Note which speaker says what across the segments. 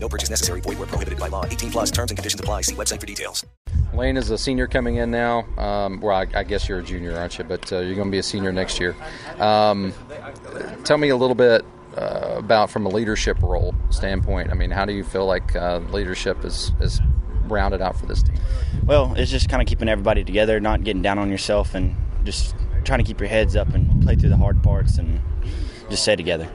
Speaker 1: No purchase necessary. Void where prohibited by law. 18 plus terms and conditions apply. See website for details.
Speaker 2: Lane is a senior coming in now. Um, well, I, I guess you're a junior, aren't you? But uh, you're going to be a senior next year. Um, tell me a little bit uh, about from a leadership role standpoint. I mean, how do you feel like uh, leadership is, is rounded out for this team?
Speaker 3: Well, it's just kind of keeping everybody together, not getting down on yourself, and just trying to keep your heads up and play through the hard parts and just stay together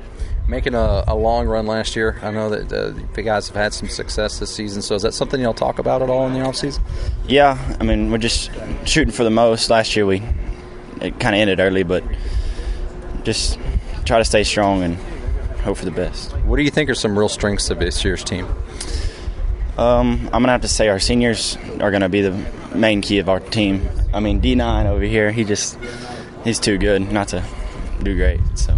Speaker 2: making a, a, long run last year. I know that uh, the guys have had some success this season. So is that something y'all talk about at all in the offseason?
Speaker 3: Yeah, I mean we're just shooting for the most. Last year we it kind of ended early, but just try to stay strong and hope for the best.
Speaker 2: What do you think are some real strengths of this year's team?
Speaker 3: Um, I'm gonna have to say our seniors are gonna be the main key of our team. I mean D9 over here, he just he's too good not to do great. So.